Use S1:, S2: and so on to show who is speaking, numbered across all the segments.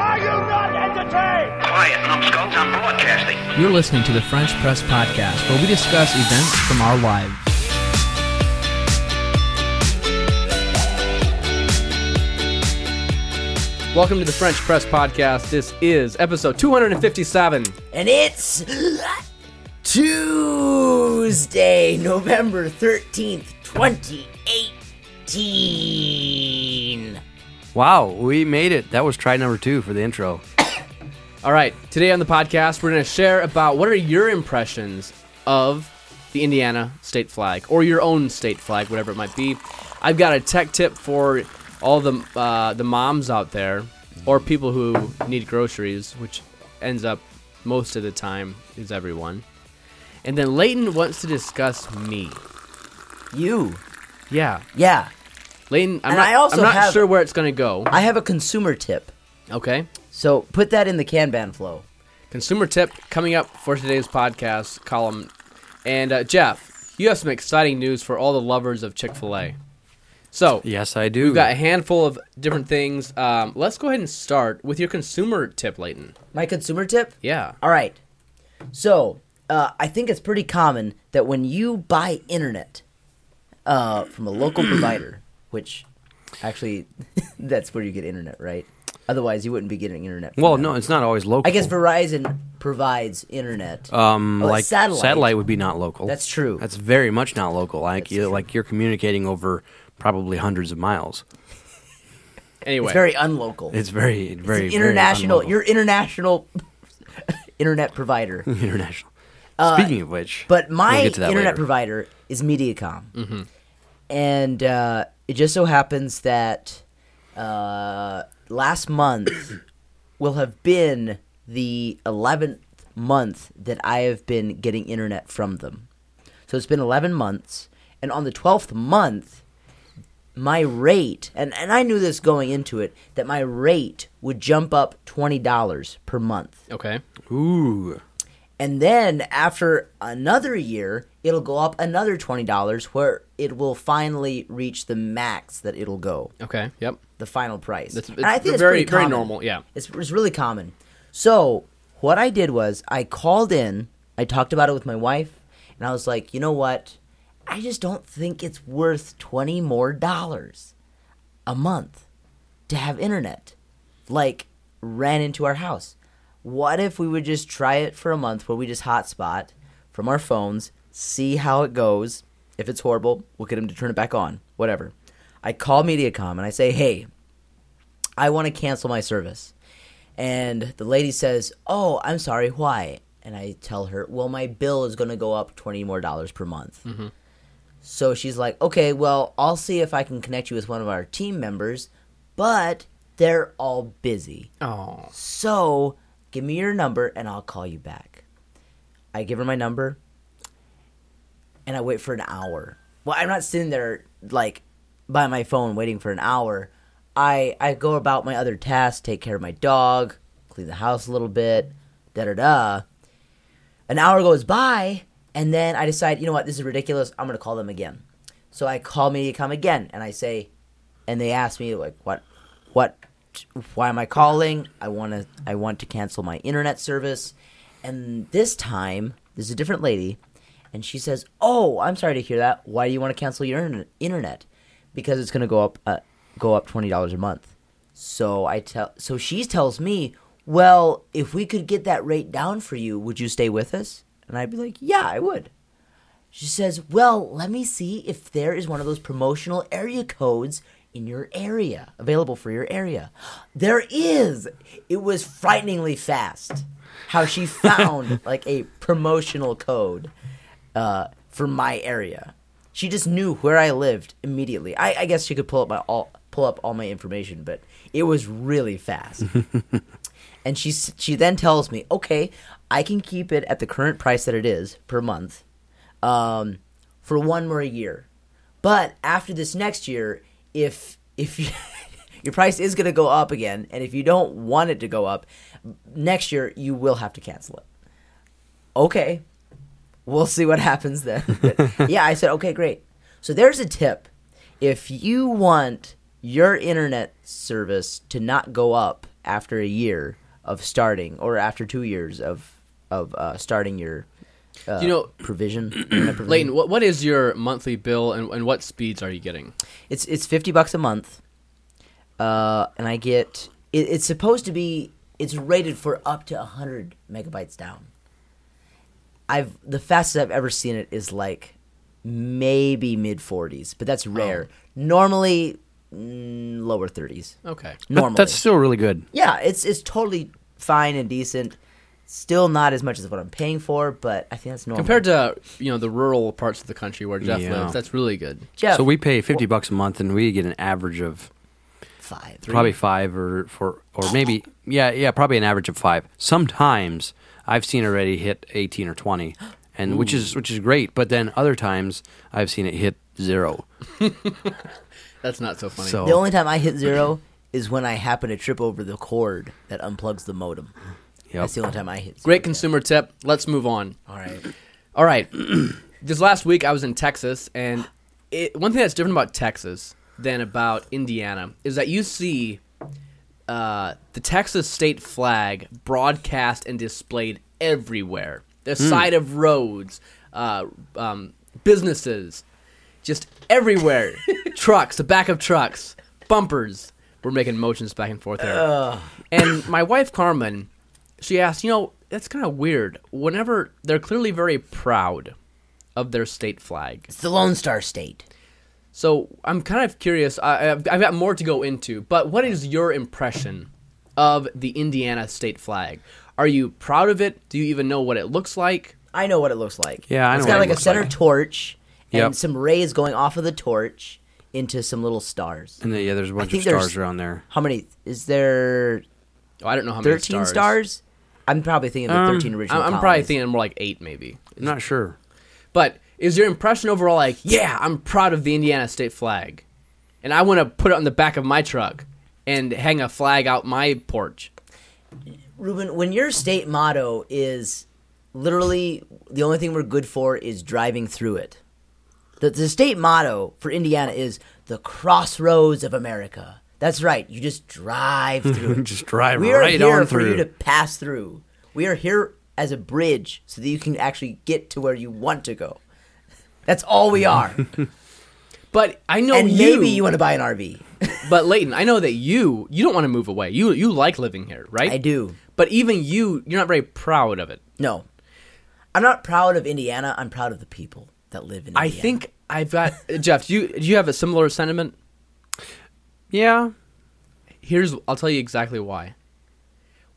S1: not entertained!
S2: Quiet, numbskulls, I'm broadcasting.
S3: You're listening to the French Press Podcast, where we discuss events from our lives. Welcome to the French Press Podcast. This is episode 257.
S4: And it's Tuesday, November 13th, 2018.
S5: Wow, we made it. That was try number two for the intro.
S3: All right, today on the podcast, we're going to share about what are your impressions of the Indiana state flag or your own state flag, whatever it might be. I've got a tech tip for all the uh, the moms out there or people who need groceries, which ends up most of the time is everyone. And then Leighton wants to discuss me.
S4: You.
S3: Yeah,
S4: Yeah.
S3: Leighton. I'm
S4: And
S3: not,
S4: I also
S3: am not
S4: have-
S3: sure where it's going to go.
S4: I have a consumer tip.
S3: Okay.
S4: So put that in the Kanban flow.
S3: consumer tip coming up for today's podcast column. And uh, Jeff, you have some exciting news for all the lovers of Chick Fil A. So
S5: Yes, I do.
S3: we've got a handful of different things. Um, let's go ahead and start with your consumer tip, Leighton.
S4: My consumer tip?
S3: Yeah.
S4: All right. So uh, I think it's pretty common that when you buy internet uh, from a local provider, which actually that's where you get internet, right? Otherwise, you wouldn't be getting internet. From
S5: Well,
S4: them.
S5: no, it's not always local.
S4: I guess Verizon provides internet.
S5: um,
S4: Oh, it's
S5: like
S4: satellite.
S5: would be not local.
S4: That's true.
S5: That's very much not local. Like
S4: That's
S5: you,
S4: true.
S5: like you're communicating over probably hundreds of miles.
S3: Anyway,
S4: It's very unlocal.
S5: It's very, very
S4: It's
S5: very
S4: international.
S5: unlocal.
S4: Your international internet provider.
S5: international. Speaking of which,
S4: Uh, But my
S5: we'll get to that
S4: internet
S5: later. Mm-hmm.
S4: provider is MediaCom, and uh, it just so happens that uh, last month will have been the eleventh month that I have been getting internet from them. So it's been eleven months, and on the twelfth month, my rate and and I knew this going into it that my rate would jump up twenty dollars per month.
S3: okay.
S5: ooh,
S4: And then after another year, it'll go up another $20 where it will finally reach the max that it'll go,
S3: Okay. Yep.
S4: the final price.
S3: That's-
S4: and I
S3: it's
S4: think it's
S3: very-
S4: pretty
S3: very
S4: common.
S3: normal, yeah.
S4: It's, it's really common. So what I did was I called in, I talked about it with my wife, and I was like, you know what? I just don't think it's worth 20 more dollars a month to have internet. Like, ran into our house. What if we would just try it for a month where we just hotspot from our phones, see how it goes? If it's horrible, we'll get him to turn it back on, whatever. I call Mediacom and I say, hey, I want to cancel my service. And the lady says, oh, I'm sorry, why? And I tell her, well, my bill is going to go up 20 more dollars per month. So she's like, okay, well, I'll see if I can connect you with one of our team members, but they're all busy.
S3: Oh.
S4: So give me your number and I'll call you back. I give her my number and I wait for an hour. Well, I'm not sitting there like by my phone waiting for an hour. I I go about my other tasks, take care of my dog, clean the house a little bit, da da da. An hour goes by, and then I decide, you know what, this is ridiculous. I'm gonna call them again. So I call MediaCom again, and I say, and they ask me like, what, what, why am I calling? I want to, I want to cancel my internet service. And this time, there's a different lady, and she says, "Oh, I'm sorry to hear that. Why do you want to cancel your interne- internet? Because it's gonna go up, uh, go up twenty dollars a month." So I tell so she tells me, "Well, if we could get that rate down for you, would you stay with us?" And I'd be like, "Yeah, I would." She says, "Well, let me see if there is one of those promotional area codes in your area available for your area." There is. It was frighteningly fast how she found like a promotional code uh, for my area. She just knew where I lived immediately. I, I guess she could pull up my all pull up all my information, but it was really fast. and she s- she then tells me, "Okay, I can keep it at the current price that it is per month, um, for one more year. But after this next year, if if you, your price is going to go up again, and if you don't want it to go up next year, you will have to cancel it." Okay, we'll see what happens then. But, yeah, I said, okay, great. So there's a tip. If you want your internet service to not go up after a year of starting, or after two years of of uh, starting your uh,
S3: You know-
S4: provision. internet provision.
S3: Leighton, what, what is your monthly bill and, and what speeds are you getting?
S4: It's it's fifty bucks a month, uh, and I get it, it's supposed to be it's rated for up to hundred megabytes down. I've the fastest I've ever seen it is like maybe mid forties, but
S5: Oh.
S4: that's rare. Normally mm, lower thirties.
S3: Okay.
S5: But
S4: Normally,
S5: Oh. that's still really good.
S4: yeah, it's it's totally fine and decent. Still not as much as what I'm paying for, but I think that's normal.
S3: Compared to you know the rural parts of the country where Jeff
S5: Yeah.
S3: lives, that's really good.
S4: Jeff,
S5: So we pay fifty bucks a month, and we get an average of
S4: five.
S5: probably five or four, or maybe yeah, yeah, probably an average of five. Sometimes I've seen already hit eighteen or twenty, and which is which is great. But then other times I've seen it hit zero.
S3: That's not so funny.
S5: So
S4: The only time I hit zero is when I happen to trip over the cord that unplugs the modem.
S5: Yep.
S4: That's the only time I hit. Zero.
S3: Great consumer tip. Let's move on.
S4: All right.
S3: All right. this last week I was in Texas, and it, one thing that's different about Texas than about Indiana is that you see uh, the Texas state flag broadcast and displayed everywhere. The side of roads, uh, um, businesses, just everywhere. trucks, the back of trucks, bumpers. We're making motions back and forth there. And my wife Carmen, she asked, you know, that's kind of weird. Whenever they're clearly very proud of their state flag,
S4: It's the Lone Star State.
S3: so I'm kind of curious. I, I've, I've got more to go into, but what is your impression of the Indiana state flag? Are you proud of it? Do you even know what it looks like?
S4: I know what it looks like.
S5: Yeah, I
S4: It's
S5: know
S4: got
S5: what it
S4: like a
S5: looks
S4: center
S5: like.
S4: torch and
S5: Yep.
S4: some rays going off of the torch into some little stars.
S5: and then, yeah, there's a bunch of
S4: think there's-
S5: stars around there.
S4: How many? Is there
S3: Oh, I don't know how many
S4: thirteen
S3: stars.
S4: stars? I'm probably thinking
S5: Um,
S4: of the thirteen
S3: I'm,
S4: original.
S3: I'm probably
S4: colonies.
S3: thinking more like eight, maybe.
S5: I'm not sure.
S3: But is your impression overall like, yeah, I'm proud of the Indiana state flag, and I want to put it on the back of my truck and hang a flag out my porch?
S4: Ruben, when your state motto is literally the only thing we're good for is driving through it. The, the state motto for Indiana is the crossroads of America. That's right. You just drive through. it.
S5: Just drive
S4: we
S5: right
S4: are here
S5: on
S4: for you
S5: through.
S4: to pass through. We are here as a bridge so that you can actually get to where you want to go. That's all we are.
S3: But I know
S4: and
S3: you,
S4: maybe you want to buy an RV.
S3: But Leighton, I know that you you don't want to move away. You you like living here, right?
S4: I do.
S3: But even you, you're not very proud of it.
S4: No, I'm not proud of Indiana. I'm proud of the people that live in. Indiana.
S3: I think I've got Jeff. Do you do you have a similar sentiment?
S5: Yeah,
S3: Here's I'll tell you exactly why.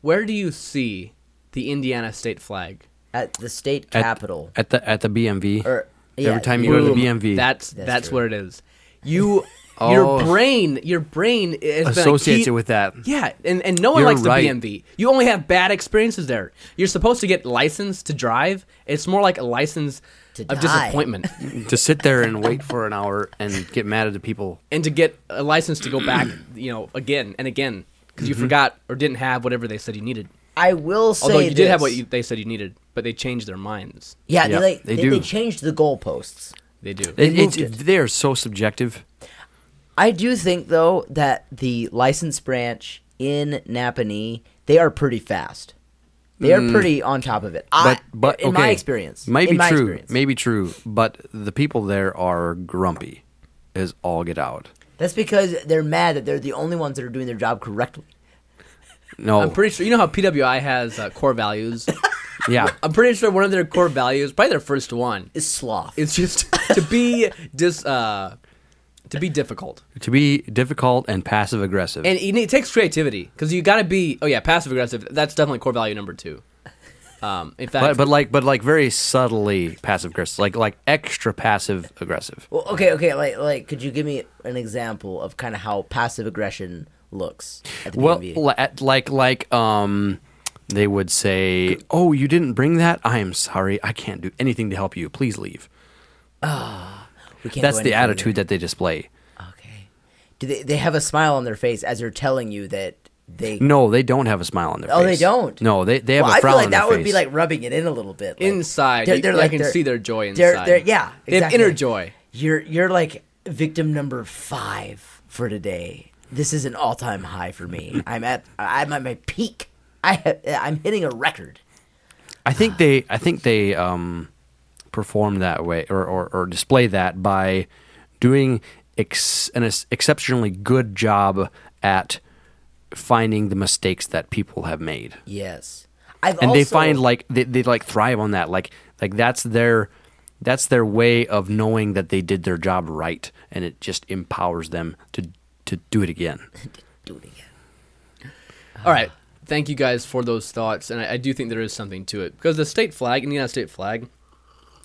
S3: Where do you see the Indiana state flag?
S4: at the state capital.
S5: at the at the BMV.
S4: Or- yeah,
S5: Every time you go to
S3: Boom.
S5: the BMV,
S3: That's that's,
S4: That's true.
S3: what it is. You
S5: Oh.
S3: your brain your brain has
S5: associates it
S3: been a key-
S5: with that.
S3: Yeah, and, and no one
S5: You're
S3: likes
S5: right.
S3: the BMV. You only have bad experiences there. You're supposed to get licensed to drive. It's more like a license
S4: To
S3: of
S4: die.
S3: disappointment
S5: to sit there and wait for an hour and get mad at the people.
S3: and to get a license to go back, you know, again and again because
S5: Mm-hmm.
S3: you forgot or didn't have whatever they said you needed.
S4: I will say
S3: Although you did have
S4: this.
S3: what you, they said you needed, but they changed their minds.
S4: Yeah,
S5: Yeah,
S4: they, like,
S5: they
S4: they,
S5: do.
S4: they changed the goalposts.
S3: They do.
S5: It,
S4: moved
S5: it's, They are so subjective.
S4: I do think though that the license branch in Napanee, they are pretty fast. They are pretty on top of it.
S5: But
S4: I,
S5: Mm. but
S4: in
S5: okay,
S4: my experience,
S5: might
S4: in
S5: be
S4: my
S5: true,
S4: experience.
S5: maybe true. But the people there are grumpy, as all get out.
S4: that's because they're mad that they're the only ones that are doing their job correctly.
S5: No,
S3: I'm pretty sure you know how PWI has uh, core values.
S5: yeah,
S3: I'm pretty sure one of their core values, probably their first one,
S4: Is sloth.
S3: is just to be dis uh, to be difficult.
S5: to be difficult and passive aggressive.
S3: and it, it takes creativity because you got to be oh yeah passive aggressive that's definitely core value number two um in fact
S5: but, but like but like very subtly passive aggressive, like like extra passive aggressive.
S4: well, okay, okay. Like like, could you give me an example of kind of how passive aggression looks? At the
S5: Well,
S4: BMV?
S5: li- at- like like um, they would say, "Oh, you didn't bring that. I am sorry. I can't do anything to help you. Please leave."
S4: We can't go
S5: That's the
S4: any further.
S5: attitude that they display.
S4: Okay. Do they they have a smile on their face as they're telling you that they
S5: No, they don't have a smile on their
S4: Oh,
S5: face.
S4: they don't.
S5: No, they they have
S4: well,
S5: a
S4: I
S5: frown
S4: feel like
S5: on their
S4: that would be
S5: face.
S4: like rubbing it in a little bit. Like,
S3: inside you- I can see their joy inside
S4: They're, they're, yeah,
S3: they have
S4: exactly.
S3: inner joy
S4: You're you're like victim number five for today. This is an all time high for me. I'm at I'm at my peak. I I'm hitting a record.
S5: I think they I think they um, perform that way or, or, or display that by doing ex- an ex- exceptionally good job at finding the mistakes that people have made,
S4: Yes, I've
S5: and
S4: also,
S5: they find like they, they like thrive on that. Like like that's their that's their way of knowing that they did their job right, and it just empowers them to to do it again.
S4: do it again.
S3: All right. Thank you guys for those thoughts, and I, I do think there is something to it because the state flag, Indiana state flag,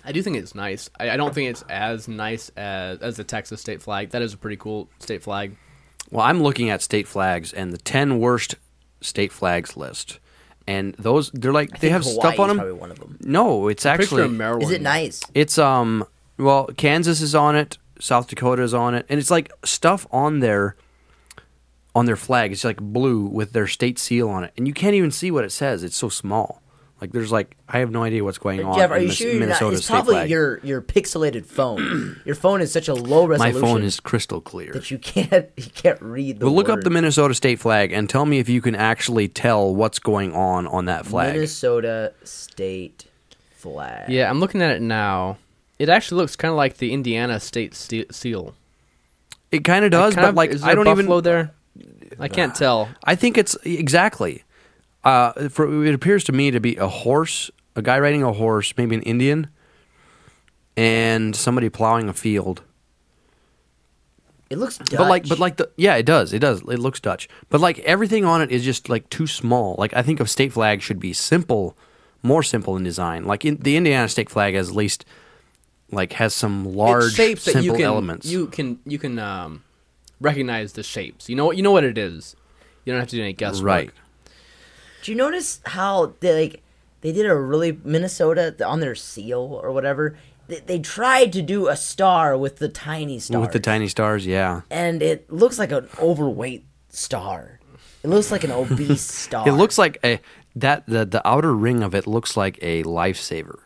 S3: I do think it's nice. I, I don't think it's as nice as as the Texas state flag. That is a pretty cool state flag.
S5: Well, I'm looking at state flags and the 10 worst state flags list. And those they're like they
S4: think
S5: have stuff
S4: Hawaii
S5: on
S4: is
S5: them.
S4: probably one of them.
S5: No, it's
S3: Pretty sure
S5: actually
S3: Maryland-
S4: Is it nice?
S5: it's um well, Kansas is on it, South Dakota is on it, and it's like stuff on their on their flag. It's like blue with their state seal on it. And you can't even see what it says. It's so small. Like there's like I have no idea what's going on.
S4: Jeff, are
S5: in
S4: you
S5: Mis-
S4: sure you're not?
S5: Minnesota's
S4: It's
S5: state
S4: probably
S5: flag.
S4: your your pixelated phone. your phone is such a low
S5: My
S4: resolution.
S5: phone is crystal clear.
S4: that you can't you can't read the.
S5: But look up the
S4: word.
S5: Minnesota state flag and tell me if you can actually tell what's going on on that flag.
S4: Minnesota state flag.
S3: Yeah, I'm looking at it now. It actually looks kind of like the Indiana state ste- seal.
S5: it kind of does,
S3: Kind
S5: but
S3: of-
S5: like
S3: is there
S5: I don't
S3: buffalo
S5: even.
S3: there. I can't tell.
S5: I think it's exactly. Uh, for it appears to me to be a horse, a guy riding a horse, maybe an Indian, and somebody plowing a field.
S4: It looks Dutch.
S5: But like, but like the yeah, it does, it does, it looks Dutch. But like everything on it is just like too small. Like I think a state flag should be simple, more simple in design. Like in, the Indiana state flag has at least like has some large
S3: it's shapes
S5: simple
S3: that you can,
S5: elements.
S3: You can you can um, recognize the shapes. You know what you know what it is. You don't have to do any guesswork.
S5: right.
S4: do you notice how they like they did a really Minnesota on their seal or whatever? They, they tried to do a star with the tiny star
S5: With the tiny stars, yeah.
S4: and it looks like an overweight star. It looks like an obese star.
S5: It looks like a that the the outer ring of it looks like a lifesaver.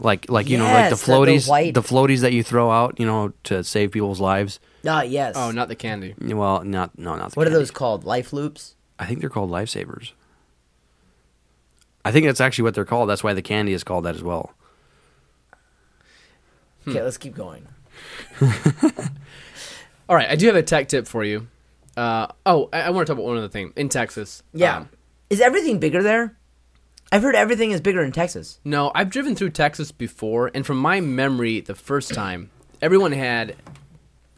S5: Like like you know like the
S4: Yes, the- the
S5: floaties the,
S4: white-
S5: floaties that you throw out, you know, to save people's lives.
S4: ah yes.
S3: Oh, not the candy.
S5: Well, not no, not the
S4: what are
S5: candy.
S4: those called? Life loops.
S5: I think they're called lifesavers. I think that's actually what they're called. That's why the candy is called that as well.
S4: Okay, let's keep going.
S3: All right, I do have a tech tip for you. Uh, oh, I, I want to talk about one other thing in Texas.
S4: Yeah.
S3: Um,
S4: is everything bigger there? I've heard everything is bigger in Texas.
S3: no, I've driven through Texas before, and from my memory, the first time, everyone had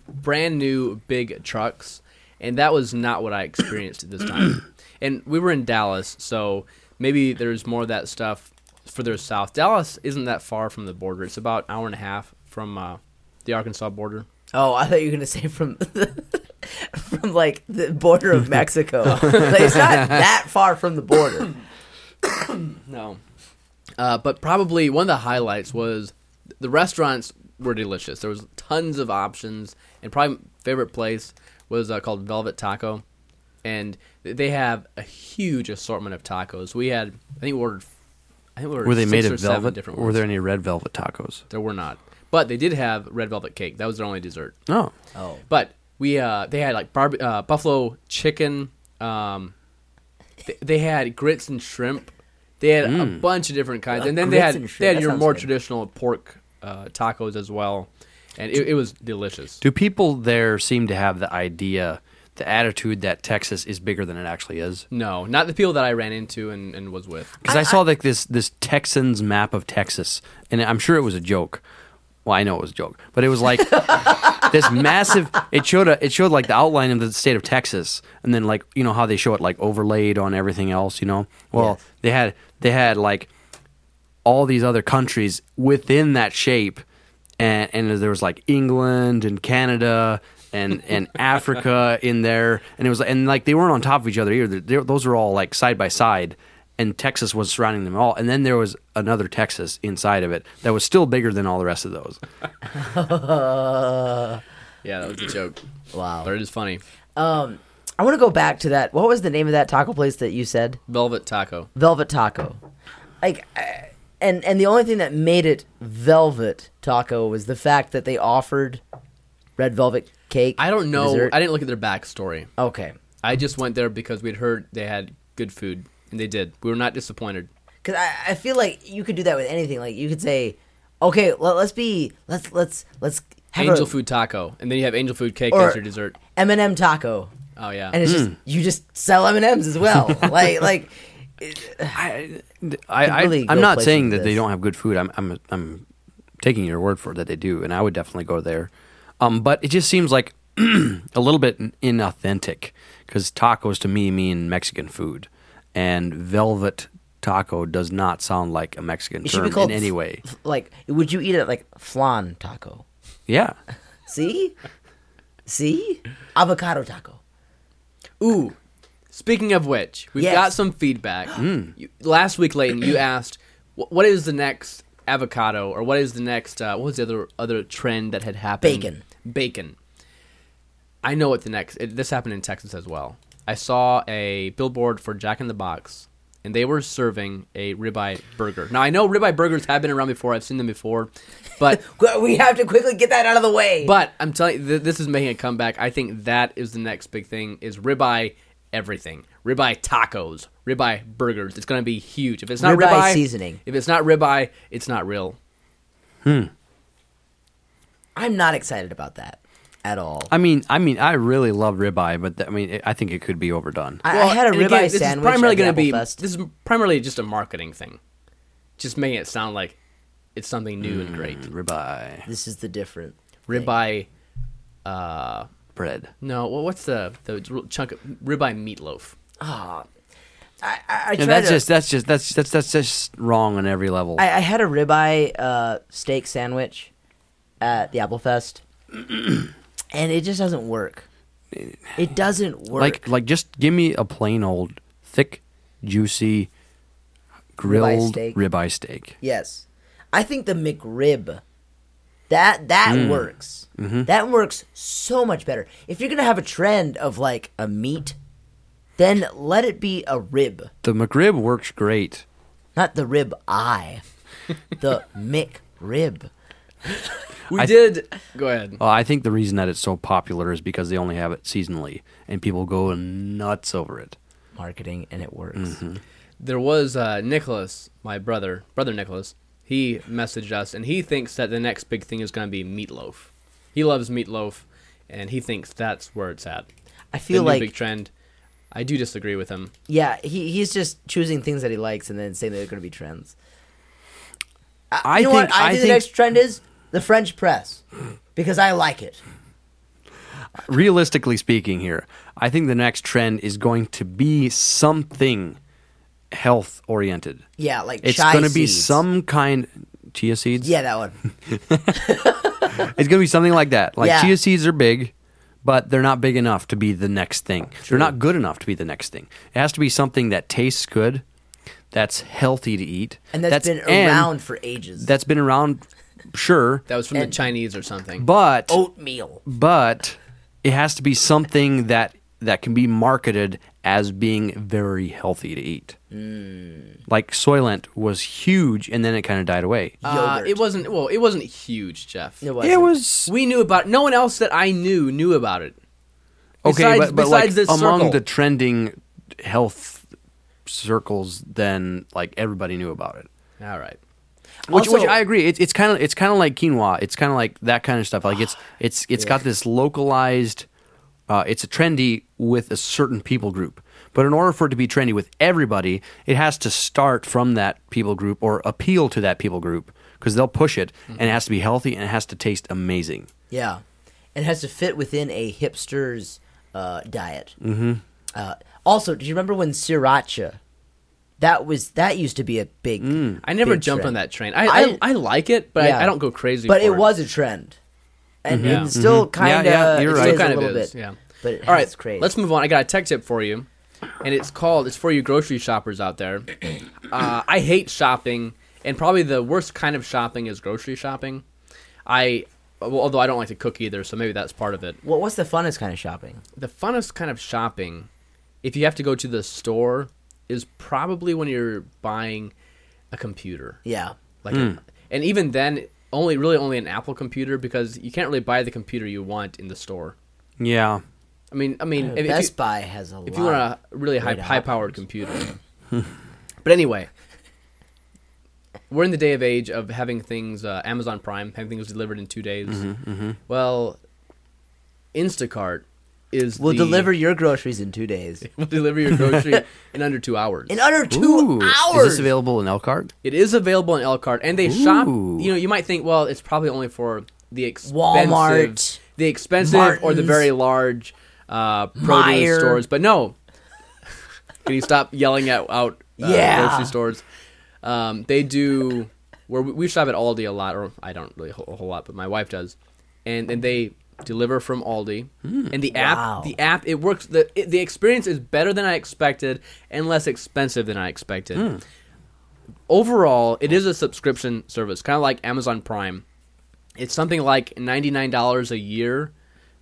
S3: brand new big trucks, and that was not what I experienced at this time. And we were in Dallas, so maybe there's more of that stuff further south. Dallas isn't that far from the border; it's about an hour and a half from uh, the Arkansas border.
S4: Oh, I thought you were gonna say from from like the border of Mexico. Like, it's not that far from the border.
S3: No. Uh, but probably one of the highlights was the restaurants were delicious. There was tons of options, and probably my favorite place was uh, called Velvet Taco, and th- they have a huge assortment of tacos. We had, I think, we ordered, I think we ordered
S5: Were they
S3: six
S5: made
S3: or
S5: of
S3: seven
S5: velvet?
S3: Different
S5: Were
S3: ones.
S5: there any red velvet tacos?
S3: There were not, but they did have red velvet cake. That was their only dessert.
S5: No.
S4: Oh,
S3: But we uh, they had like barbe- uh, buffalo chicken. Um, th- they had grits and shrimp. They had a bunch of different kinds,
S4: Uh,
S3: and then they
S4: grits
S3: had
S4: and
S3: they
S4: shrimp,
S3: had
S4: that
S3: your
S4: sounds
S3: more
S4: good.
S3: traditional pork uh, tacos as well, and it, it was delicious.
S5: Do people there seem to have the idea, the attitude that Texas is bigger than it actually is?
S3: No, not the people that I ran into and, and was with.
S5: Because I, saw like this this Texans map of Texas, and I'm sure it was a joke. Well, I know it was a joke, but it was like this massive. It showed a, it showed like the outline of the state of Texas, and then like you know how they show it like overlaid on everything else. You know, well
S4: Yes.
S5: they had they had like all these other countries within that shape, and, and there was like England and Canada and and Africa in there, and it was and like they weren't on top of each other either. They, those were all like side by side, and Texas was surrounding them all, and then there was another Texas inside of it that was still bigger than all the rest of those.
S3: Yeah, that was a joke.
S4: Wow.
S3: but it is funny.
S4: I want to go back to that. What was the name of that taco place that you said?
S3: Velvet taco.
S4: Velvet Taco. Like, I- and and the only thing that made it Velvet Taco was the fact that they offered red velvet cake.
S3: I don't know.
S4: dessert.
S3: I didn't look at their backstory.
S4: okay.
S3: I just went there because we'd heard they had good food, and they did. We were not disappointed.
S4: Because I, I feel like you could do that with anything. Like you could say, okay, let, let's be let's let's let's have
S3: angel
S4: a
S3: food taco, and then you have angel food cake
S4: Or-
S3: as your dessert.
S4: M and M taco,
S3: Oh yeah,
S4: and it's just
S5: Hmm.
S4: you just sell M and M's as well. like like
S5: I, I, I
S4: really
S5: I'm
S4: go
S5: not
S4: places
S5: saying
S4: with
S5: that they
S4: this.
S5: don't have good food. I'm, I'm, I'm taking your word for it that they do, and I would definitely go there. Um, but it just seems like a little bit inauthentic because tacos to me mean Mexican food, and velvet taco does not sound like a Mexican
S4: it should
S5: term
S4: be called
S5: in any
S4: f-
S5: way.
S4: f- Like would you eat it like flan taco?
S5: Yeah,
S4: See, see, avocado taco.
S3: Ooh. Speaking of which, we've
S4: Yes. Hmm.
S3: got some feedback. You- last week, Leighton, you asked, "Wh- "What is the next avocado, or what is the next? Uh, what was the other other trend that had happened?
S4: Bacon.
S3: Bacon. I know what the next. It, this happened in Texas as well. I saw a billboard for Jack in the Box, and they were serving a ribeye burger. Now I know ribeye burgers have been around before. I've seen them before, but
S4: Qu- We have to quickly get that out of the way.
S3: But I'm telling you, th- this is making a comeback. I think that is the next big thing: is ribeye everything, ribeye tacos, ribeye burgers. It's going to be huge. If it's not
S4: Ribeye
S3: ribeye,
S4: seasoning.
S3: If it's not ribeye, it's not real.
S4: I'm not excited about that at all.
S5: I mean, I mean, I really love ribeye, but th- I mean, it, I think it could be overdone.
S4: I,
S3: Well,
S4: I had a
S3: and
S4: ribeye
S3: again, this
S4: sandwich.
S3: Is primarily
S4: at the
S3: gonna be
S4: Apple Fest.
S3: this is primarily just a marketing thing, just making it sound like it's something new and great.
S5: Mm. ribeye
S4: This is the different thing.
S3: Ribeye.
S5: bread.
S3: No, well, what's the the r- chunk of ribeye meatloaf?
S4: I, I, I
S5: And
S4: tried
S5: that's
S4: to-
S5: just that's just that's that's that's just wrong on every level.
S4: I, I had a ribeye uh, steak sandwich at the Apple Fest, and it just doesn't work. It doesn't work.
S5: like like just give me a plain old thick juicy grilled ribeye
S4: steak.
S5: steak,
S4: yes, I think the McRib that that
S5: Mm.
S4: works.
S5: Mm-hmm.
S4: That works so much better. If you're gonna have a trend of like a meat, then let it be a rib,
S5: the mcrib works great
S4: not the rib eye, the McRib.
S3: We
S5: I-
S3: did. Go ahead.
S5: well, i think the reason that it's so popular is because they only have it seasonally and people go nuts over it
S4: Marketing and it works.
S5: Mm-hmm.
S3: there was uh, Nicholas, my brother, brother Nicholas. He messaged us, and he thinks that the next big thing is going to be meatloaf. He loves meatloaf, and he thinks that's where it's at.
S4: I feel
S3: the new
S4: like
S3: big trend. I do disagree with him.
S4: Yeah, he he's just choosing things that he likes and then saying they're going to be trends.
S5: i
S4: Uh, you know
S5: think
S4: what? I,
S5: i
S4: think,
S5: think
S4: the next trend is the French press because I like it.
S5: realistically speaking here i think the next trend is going to be something health oriented
S4: Yeah, like
S5: it's
S4: chai
S5: going to be
S4: seeds.
S5: some kind chia seeds
S4: Yeah, that one.
S5: It's gonna be something like that. Like
S4: Yeah.
S5: chia seeds are big, but they're not big enough to be the next thing. They're not good enough to be the next thing. It has to be something that tastes good, that's healthy to eat,
S4: And that's been
S5: and
S4: around for ages.
S5: That's been around, sure,
S3: That was from
S4: And-
S3: the Chinese or something.
S5: but
S4: Oh. Oatmeal.
S5: but it has to be something that that can be marketed as being very healthy to eat.
S4: Mm.
S5: Like Soylent was huge, and then it kind of died away.
S3: Uh,
S4: Yogurt.
S3: it wasn't. Well, it wasn't huge, Jeff.
S4: It
S5: it
S4: wasn't.
S5: was
S3: We knew about. No one else that I knew knew about it.
S5: Okay,
S3: Besides-
S5: but, but
S3: besides
S5: like
S3: this
S5: among
S3: circle.
S5: the trending health circles, then like everybody knew about it.
S3: All right.
S5: Which,
S4: Also-
S5: which I agree. It's it's kind of it's kind of like quinoa. It's kind of like that kind of stuff. Like it's it's it's got this localized. Uh, it's a trendy with a certain people group. But in order for it to be trendy with everybody, it has to start from that people group or appeal to that people group because they'll push it,
S3: Mm-hmm.
S5: and it has to be healthy and it has to taste amazing.
S4: Yeah, it has to fit within a hipster's uh, diet. Mm-hmm. Uh, also, do you remember when sriracha? That was that used to be a big.
S5: Mm.
S3: I never
S4: big
S3: jumped
S4: trend.
S3: on that train. I I, I,
S4: I-
S3: like it, but
S4: Yeah.
S3: I, I don't go crazy.
S4: But
S3: for
S4: it was a trend, and, and still
S5: Mm-hmm. Yeah,
S4: kind of.
S5: yeah, you're
S4: it
S5: right.
S4: still
S5: It
S4: is
S3: kind
S4: a
S3: of
S4: little
S3: is,
S4: bit.
S3: yeah.
S4: But it,
S3: All right,
S4: it's crazy.
S3: let's move on. I got a tech tip for you, and it's called. It's for you grocery shoppers out there. Uh, I hate shopping, and probably the worst kind of shopping is grocery shopping. I, well, although I don't like to cook either, so maybe that's part of it.
S4: What, what's the funnest kind of shopping?
S3: The funnest kind of shopping, if you have to go to the store, is probably when you're buying a computer.
S4: Yeah.
S3: like a- and even then, only really only an Apple computer because you can't really buy the computer you want in the store.
S5: Yeah,
S3: I mean, I mean, if, if
S4: Uh, Best
S3: you,
S4: Buy has a lot.
S3: if you want a really high
S4: great
S3: high powered computer. but anyway, we're in the day of age of having things uh, Amazon Prime having things delivered in two days.
S4: Mm-hmm,
S3: Well, Instacart is
S4: we'll
S3: the-
S4: deliver your groceries in two days.
S3: will deliver your grocery in under two hours.
S4: In under two
S5: Ooh,
S4: hours.
S5: Is this available in Elkhart?
S3: It is available in Elkhart, and they shop.
S5: Ooh.
S3: You know, you might think, well, it's probably only for the expensive,
S4: Walmart,
S3: the expensive, or the
S4: Martins,
S3: very large uh, produce
S4: Meijer.
S3: stores. But no, can you stop yelling at out uh,
S4: Yeah.
S3: grocery stores? Um, they do where we, we shop at Aldi a lot, or I don't really a whole, a whole lot, but my wife does, and and they deliver from Aldi, and the
S4: Wow.
S3: app the app it works the it, the experience is better than I expected and less expensive than I expected overall, it is a subscription service, kind of like Amazon Prime. It's something like ninety nine dollars a year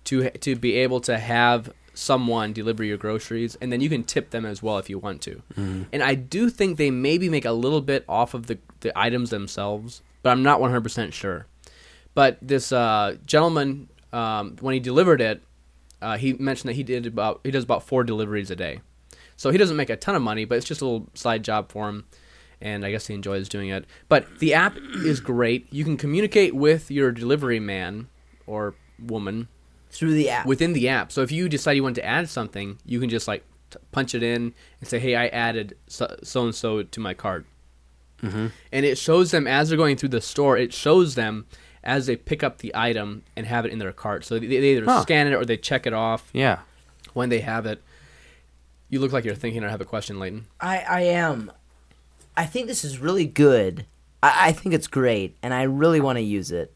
S3: to to be able to have someone deliver your groceries, and then you can tip them as well if you want to. And I do think they maybe make a little bit off of the the items themselves, but I'm not one hundred percent sure. But this uh, gentleman, um, when he delivered it, uh, he mentioned that he did about he does about four deliveries a day, so he doesn't make a ton of money, but it's just a little side job for him, and I guess he enjoys doing it. But the app is great. You can communicate with your delivery man or woman
S4: through the app.
S3: within the app. So if you decide you want to add something, you can just like t- punch it in and say, "Hey, I added so and so to my card," and it shows them as they're going through the store. It shows them as they pick up the item and have it in their cart. So they, they either
S5: Huh.
S3: scan it or they check it off
S5: Yeah.
S3: when they have it. You look like you're thinking. I have a question, Leighton.
S4: I, I am. I think this is really good. I, I think it's great, and I really want to use it.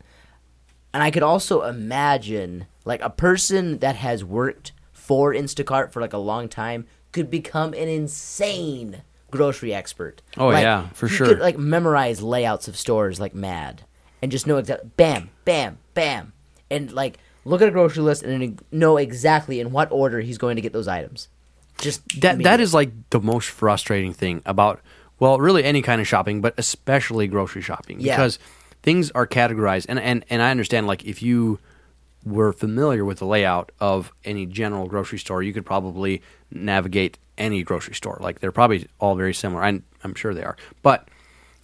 S4: And I could also imagine, like, a person that has worked for Instacart for, like, a long time could become an insane grocery expert.
S5: Oh,
S4: Like,
S5: yeah, for
S4: you
S5: sure.
S4: Could, like, memorize layouts of stores like mad and just know exactly, bam, bam, bam. And, like, look at a grocery list and then know exactly in what order he's going to get those items. Just
S5: That that
S4: immediately.
S5: is like the most frustrating thing about well, really any kind of shopping, but especially grocery shopping
S4: Yeah.
S5: because things are categorized and, and and I understand like if you were familiar with the layout of any general grocery store, you could probably navigate any grocery store. Like they're probably all very similar. I'm, I'm sure they are. But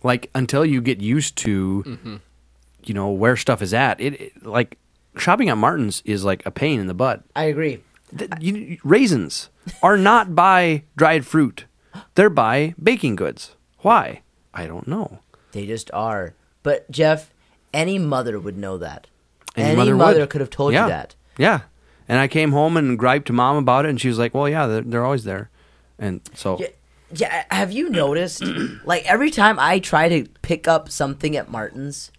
S5: like until you get used to you know where stuff is at, it, it like shopping at Martin's is like a pain in the butt.
S4: I agree.
S5: Th- you- you- raisins are not by dried fruit; they're by baking goods. Why? I don't know.
S4: They just are. But Jeff, any mother would know that. Any,
S5: would.
S4: mother, could have told
S5: Yeah.
S4: you that.
S5: Yeah. And I came home and griped to mom about it, and she was like, "Well, yeah, they're, they're always there." And so,
S4: Yeah, yeah, have you noticed? like every time I try to pick up something at Martin's,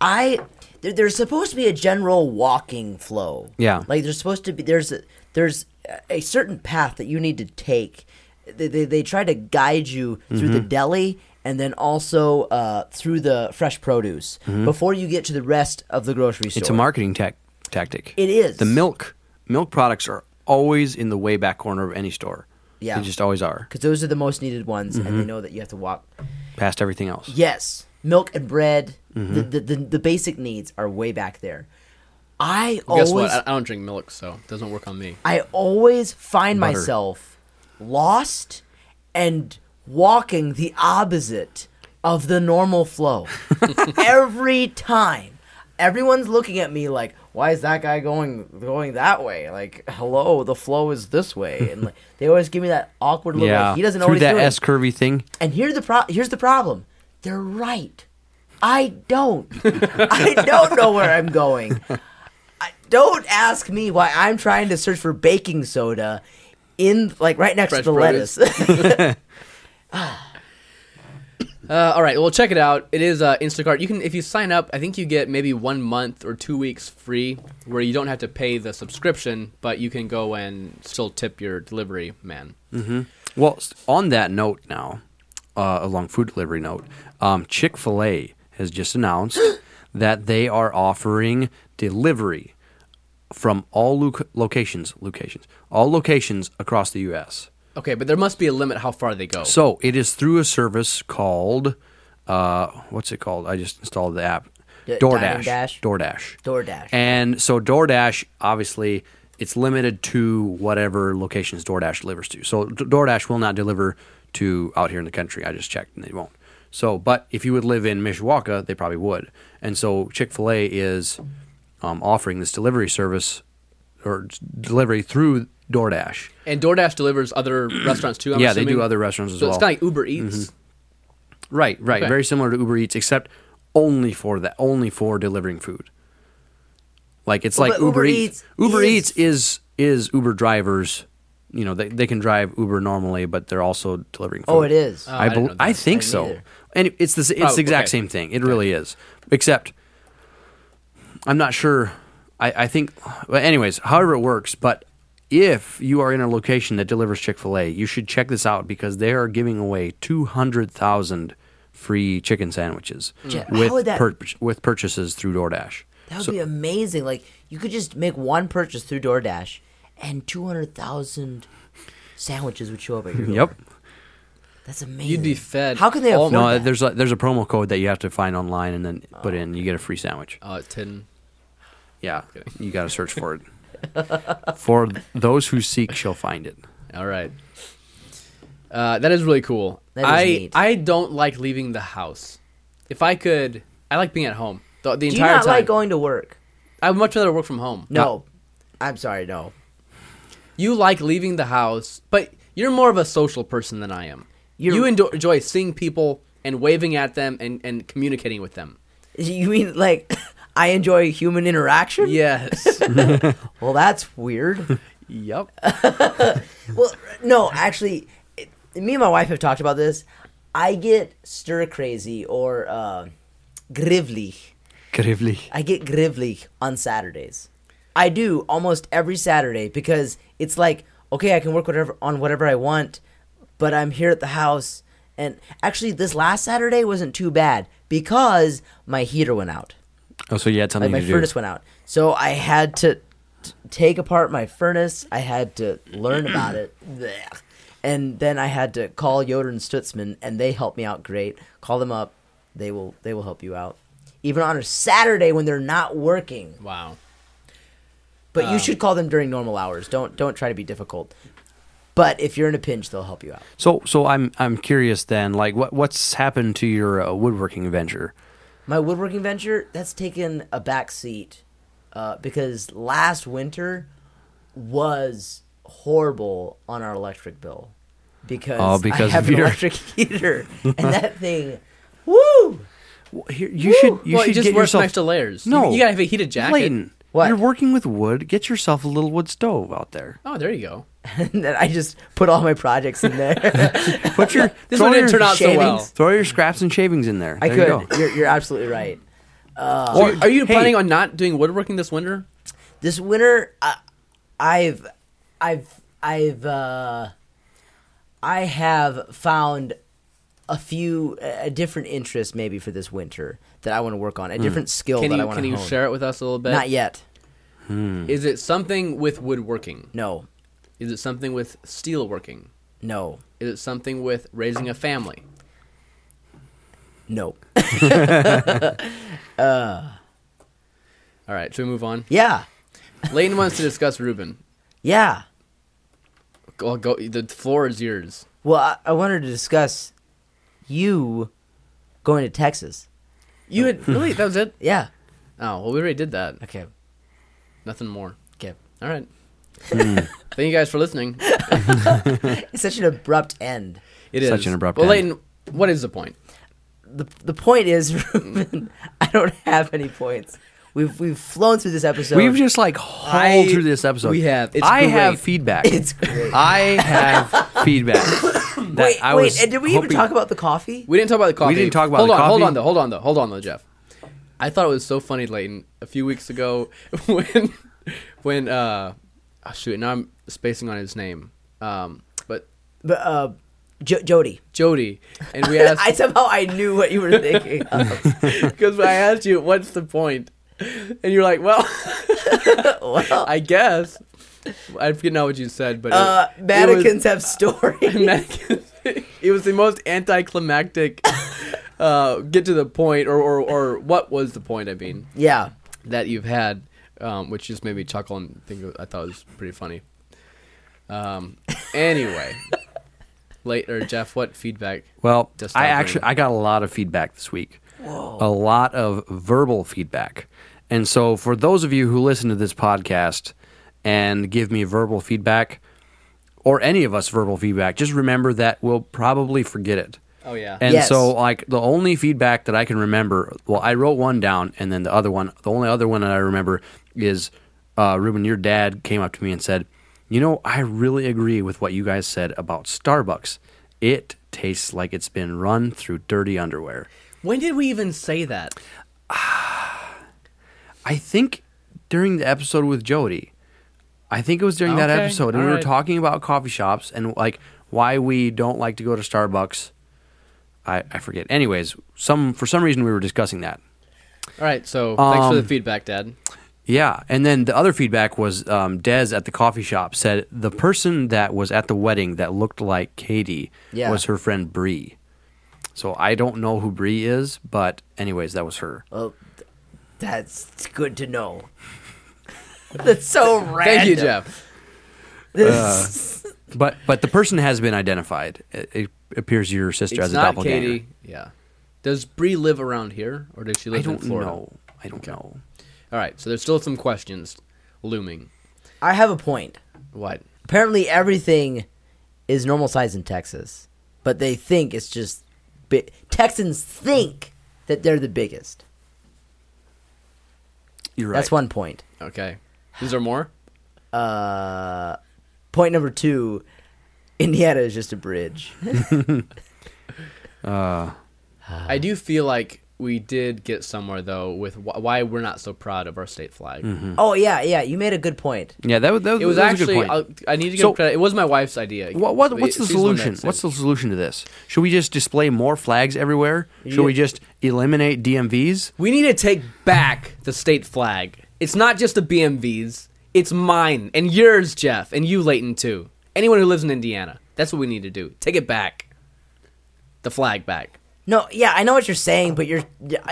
S4: I there, there's supposed to be a general walking flow.
S5: Yeah.
S4: like there's supposed to be there's a, there's a certain path that you need to take. They they, they try to guide you through
S5: Mm-hmm.
S4: the deli and then also uh, through the fresh produce before you get to the rest of the grocery store.
S5: Mm-hmm. it's a marketing tac tactic.
S4: It is.
S5: The milk milk products are always in the way back corner of any store.
S4: Yeah.
S5: they just always are.
S4: because those are the most needed ones, and they
S5: Mm-hmm.
S4: know that you have to walk.
S5: Past everything else.
S4: Yes, milk and bread,
S5: Mm-hmm.
S4: the, the, the the basic needs are way back there. I
S3: Guess
S4: always
S3: what? I, I don't drink milk, so it doesn't work on me.
S4: I always find
S5: Butter.
S4: myself lost and walking the opposite of the normal flow every time. Everyone's looking at me like, "Why is that guy going going that way?" Like, "Hello, the flow is this way." And like, they always give me that awkward look.
S5: Yeah.
S4: like, he doesn't know
S5: through
S4: what he's
S5: that
S4: doing.
S5: S curvy thing.
S4: And here's the pro- here's the problem. They're right. I don't. I don't know where I'm going. I, don't ask me why I'm trying to search for baking soda in like right next
S3: Fresh
S4: to the
S3: produce.
S4: lettuce.
S3: Uh, all right, well, check it out. It is uh, Instacart. You can, if you sign up, I think you get maybe one month or two weeks free, where you don't have to pay the subscription, but you can go and still tip your delivery man.
S5: Mm. Well, s- on that note now, uh, a long food delivery note, um, Chick fil A has just announced that they are offering delivery from all lo- locations, locations, all locations across the U.S.
S3: Okay, but there must be a limit how far they go.
S5: So it is through a service called, uh, what's it called? I just installed the app.
S4: D- Dine and
S5: DoorDash.
S4: Dash?
S5: DoorDash.
S4: DoorDash.
S5: And so DoorDash, obviously, it's limited to whatever locations DoorDash delivers to. So D- DoorDash will not deliver to out here in the country. I just checked and they won't. So, but if you would live in Mishawaka, they probably would. And so Chick Fil A is um, offering this delivery service or s- delivery through DoorDash.
S3: And DoorDash delivers other restaurants too. I'm
S5: Yeah, they do
S3: assuming?
S5: other restaurants as
S3: so
S5: well. Mm-hmm.
S3: It's kind of like Uber Eats.
S5: Right, right.
S3: Okay.
S5: Very similar to Uber Eats, except only for that, only for delivering food. Like it's
S4: Well,
S5: like
S4: but Uber
S5: Uber, Eats.
S4: Eats
S5: Uber
S4: is-
S5: Eats is is Uber drivers. You know, they they can drive Uber normally, but they're also delivering. food.
S4: Oh, it is.
S5: I,
S3: Uh, I didn't
S5: bel-
S3: know
S5: I
S3: that.
S5: think
S4: I
S5: so.
S4: neither.
S5: And it's the s- it's
S3: Probably-
S5: the exact
S3: Oh, okay.
S5: same thing. It really is, except I'm not sure. I, I think, but anyways, however it works. But if you are in a location that delivers Chick Fil A, you should check this out because they are giving away 200,000 free chicken sandwiches
S4: Mm. Yeah, how
S5: with
S4: would that-
S5: pur- with purchases through DoorDash.
S4: That would be amazing. Like you could just make one purchase through DoorDash, and two hundred thousand sandwiches would show up at your door.
S5: Yep.
S4: That's amazing.
S3: You'd be fed
S4: How can they
S3: all
S4: afford
S5: No,
S4: that?
S5: there's a, there's a promo code that you have to find online and then put
S4: Oh,
S5: in. You get a free sandwich.
S3: Uh, ten.
S5: Yeah, you got to search for it. for those who seek shall find it.
S3: All right. Uh, that is really cool.
S4: That is
S3: I
S4: neat.
S3: I don't like leaving the house. If I could, I like being at home the, the
S4: Do you
S3: entire
S4: not
S3: time.
S4: like going to work?
S3: I would much rather work from home. Uh,
S4: No. I'm sorry. No.
S3: You like leaving the house, but you're more of a social person than I am.
S4: You're-
S3: you endo- enjoy seeing people and waving at them and, and communicating with them.
S4: You mean like I enjoy human interaction?
S3: Yes.
S4: Well, that's weird.
S3: yep.
S4: well, no, actually, it, me and my wife have talked about this. I get stir crazy or uh, grivlig.
S5: Gravely.
S4: I get grivlig on Saturdays. I do almost every Saturday because it's like, okay, I can work whatever on whatever I want, but I'm here at the house. And actually, this last Saturday wasn't too bad because my heater went out,
S5: Oh, so you had something
S4: like my
S5: to do.
S4: furnace went out. So I had to t- take apart my furnace. I had to learn about it. Blech. And then I had to call Yoder and Stutzman, and they helped me out great. Call them up; they will they will help you out, even on a Saturday when they're not working.
S3: Wow.
S4: But you should call them during normal hours. Don't don't try to be difficult. But if you're in a pinch, they'll help you out.
S5: So, so I'm I'm curious then. Like, what what's happened to your uh, woodworking venture?
S4: My woodworking venture that's taken a back seat uh, because last winter was horrible on our electric bill because,
S5: Oh, because
S4: I have
S5: of
S4: an
S5: your-
S4: electric heater and that thing, woo!
S5: Well, Here, you should you
S3: well,
S5: should
S3: you just
S5: get
S3: work
S5: yourself
S3: next to layers. You-
S5: No,
S3: you, gotta have a heated jacket.
S5: Layton,
S4: What?
S5: You're working with wood. Get yourself a little wood stove out there.
S3: Oh, there you go.
S4: And then I just put all my projects in there.
S5: Put your
S3: This
S5: throw
S3: one didn't
S5: your-
S3: turn out so well.
S4: shavings.
S5: Throw your scraps and shavings in there.
S4: I
S5: There you
S4: could.
S5: go.
S4: You are you're absolutely right.
S3: So are you
S5: Uh, hey.
S3: planning on not doing woodworking this winter?
S4: this winter uh, i've i've i've uh i have found a few a different interest maybe for this winter that i want to work on a different skill
S3: Hmm. Can
S4: that i
S3: you
S4: want
S3: can
S4: to
S3: you share it with us a little bit?
S4: not yet
S3: Is it something with woodworking?
S4: no
S3: Is it something with steelworking?
S4: no
S3: Is it something with raising a family?
S4: no
S3: All right, should we move on?
S4: yeah
S3: Layton wants to discuss Ruben.
S4: yeah
S3: Go, go, the floor is yours.
S4: well i, I wanted to discuss you going to texas
S3: You
S5: Hmm.
S3: had really that was it.
S4: yeah
S3: Oh well, we already did that.
S4: okay
S3: Nothing more.
S4: okay
S3: All right.
S5: Hmm.
S3: Thank you guys for listening.
S4: it's such an abrupt end
S3: It is
S5: Such an abrupt
S3: Well,
S5: end.
S3: Layton, what is the point?
S4: the the point is, Ruben, I don't have any points. We've we've flown through this episode.
S5: We've just like hauled
S3: I-
S5: through this episode.
S3: we have. It's
S5: I
S3: great.
S5: have feedback.
S4: it's great.
S5: I have feedback. That
S4: wait,
S5: I
S4: wait,
S5: was
S4: and did we even
S5: hoping-
S4: talk about the coffee?
S3: We didn't talk about the coffee.
S5: didn't talk about
S3: hold
S5: the
S3: on, Hold
S5: coffee?
S3: on, though. Hold on, though. Hold on, though, Jeff. I thought it was so funny, Leighton, a few weeks ago when, when, uh, oh, shoot, now I'm spacing on his name. Um, but
S4: But uh, jo- Jody,
S3: Jody, and we
S4: I
S3: asked,
S4: somehow I knew what you were thinking. of. Uh,
S3: because I asked you, what's the point? And you're like, well,
S4: well,
S3: I guess. I forget now what you said, but. it-
S4: uh,
S3: it was-
S4: mannequins have stories.
S3: mannequins. it was the most anticlimactic uh, get to the point, or, or, or what was the point, I mean.
S4: yeah,
S3: that you've had um, which just made me chuckle and think of- I thought it was pretty funny. Um, anyway, later, Jeff, what feedback?
S5: Well,
S3: Just
S5: I
S3: not
S5: actually
S3: agreeing.
S5: I got a lot of feedback this week. A lot of verbal feedback. And so for those of you who listen to this podcast and give me verbal feedback or any of us verbal feedback, just remember that we'll probably forget it.
S3: Oh, yeah.
S5: And
S4: Yes.
S5: so like the only feedback that I can remember, well I wrote one down and then the other one, the only other one that I remember is uh Ruben your dad came up to me and said, "You know, I really agree with what you guys said about Starbucks. It tastes like it's been run through dirty underwear."
S3: When did we even say that?
S5: I think during the episode with Jody, I think it was during that
S3: Okay,
S5: episode, and we were
S3: alright.
S5: talking about coffee shops and like why we don't like to go to Starbucks. I, I forget. Anyways, some for some reason we were discussing that.
S3: All right, so thanks for the
S5: Um,
S3: feedback, Dad.
S5: Yeah, and then the other feedback was um, Des at the coffee shop said the person that was at the wedding that looked like Katie
S4: Yeah.
S5: was her friend Bree. So I don't know who Bree is, but anyways, that was her.
S3: Uh.
S4: Well, th- that's good to know. That's so random.
S3: Thank you, Jeff. Uh.
S5: But but the person has been identified. It, it appears your sister
S3: It's
S5: as a
S3: not
S5: doppelganger.
S3: Katie. Yeah. Does Bree live around here, or does she
S5: I
S3: live in
S5: don't
S3: Florida?
S5: know. I don't know.
S3: All right, so there's still some questions looming.
S4: I have a point.
S3: What?
S4: Apparently, everything is normal size in Texas, but they think it's just bi- Texans think that they're the biggest.
S5: You're right.
S4: That's one point.
S3: Okay. Is there more?
S4: Uh, Point number two: Indiana is just a bridge.
S5: Uh-huh.
S3: I do feel like we did get somewhere though with wh- why we're not so proud of our state flag.
S5: Mm-hmm.
S4: oh yeah, yeah. You made a good point.
S5: Yeah, that was that,
S3: It was
S5: that
S3: actually uh,
S5: a good point.
S3: I, I need to give
S5: So-
S3: credit. It was my wife's idea.
S5: What, what, what's the
S3: She's one that
S5: solution? What's
S3: said-
S5: the solution to this? Should we just display more flags everywhere? Should we just eliminate DMVs?
S3: We need to take back the state flag. It's not just the BMVs. It's mine and yours, Jeff, and you, Leighton, too. Anyone who lives in Indiana. That's what we need to do. Take it back. The flag back.
S4: No, yeah, I know what you're saying, but you're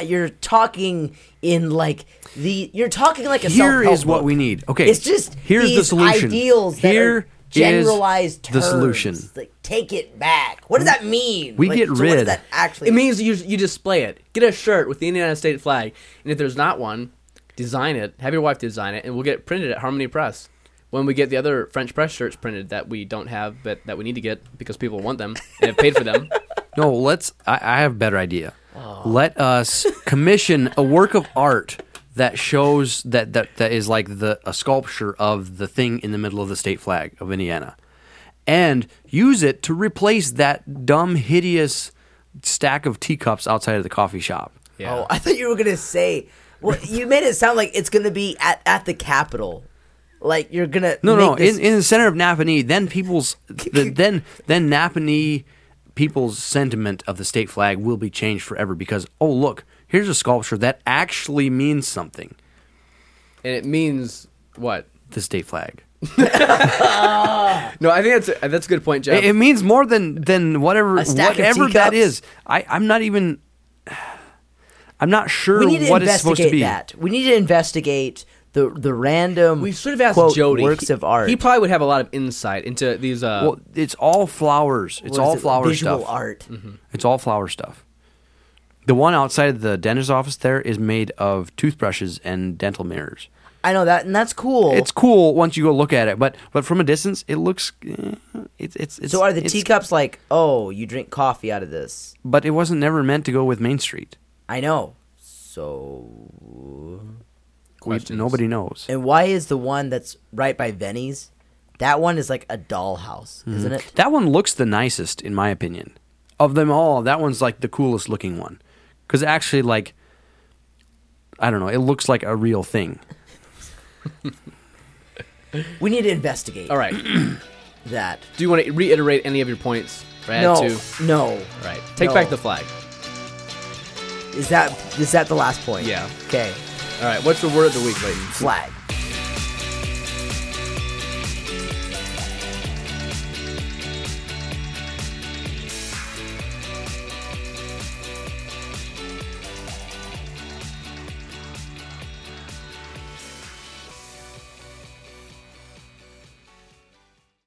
S4: you're talking in like the you're talking like a
S5: Here
S4: self-help
S5: is what
S4: book.
S5: we need. Okay,
S4: it's just
S5: here's the
S4: these
S5: solution.
S4: Ideals that
S5: Here
S4: are
S5: is
S4: generalized
S5: the solution.
S4: terms. Like take it back. What does that mean?
S5: We
S4: Like,
S5: get
S4: so What
S5: rid-
S4: does that actually
S3: It means you you display it. Get a shirt with the Indiana state flag, and if there's not one, design it. Have your wife design it, and we'll get it printed at Harmony Press. When we get the other French press shirts printed that we don't have, but that we need to get because people want them and have paid for them.
S5: No, let's. I, I have a better idea. Let us commission a work of art that shows that that that is like the a sculpture of the thing in the middle of the state flag of Indiana, and use it to replace that dumb, hideous stack of teacups outside of the coffee shop.
S3: Yeah.
S4: Oh, I thought you were gonna say. Well, you made it sound like it's gonna be at, at the Capitol. Like you're gonna
S5: No,
S4: make
S5: no,
S4: this-
S5: in, in the center of Napanee, then people's the, then then Napanee people's sentiment of the state flag will be changed forever because oh look, here's a sculpture that actually means something.
S3: and it means what?
S5: The state flag.
S3: No, I think that's a, that's a good point, Jeff.
S5: It, it means more than than whatever
S4: A stack of
S5: whatever that
S4: teacups.
S5: is. I I'm not even. I'm not sure
S4: we need to
S5: what it's
S4: investigate
S5: supposed to be.
S4: that. We need to investigate the the random.
S3: we should have asked
S4: quote,
S3: Jody
S4: works of art.
S3: He probably would have a lot of insight into these. Uh,
S5: Well, it's all flowers. It's
S4: What
S5: all
S4: is it?
S5: flower
S4: visual
S5: stuff. Mm-hmm.
S4: art.
S3: Mm.
S5: It's all flower stuff. The one outside the dentist's office there is made of toothbrushes and dental mirrors.
S4: I know that, and that's cool.
S5: It's cool once you go look at it, but but from a distance, it looks eh, it's it's. it's
S4: so are the
S5: it's-
S4: teacups like? Oh, you drink coffee out of this?
S5: But it wasn't never meant to go with Main Street.
S4: I know. So,
S5: We,
S3: Questions.
S5: nobody knows.
S4: and why is the one that's right by Venny's? That one is like a dollhouse,
S3: Mm-hmm.
S4: isn't it?
S5: That one looks the nicest, in my opinion, of them all. That one's like the coolest looking one, because actually, like, I don't know, it looks like a real thing.
S4: We need to investigate
S3: all right. Do
S4: that.
S3: you want to reiterate any of your points? Or add
S4: no,
S3: to?
S4: no.
S3: All right. Take
S4: No.
S3: back the flag.
S4: Is that is that the last point?
S3: Yeah.
S4: Okay.
S3: All right. What's the word of the week, Leighton?
S4: Flag.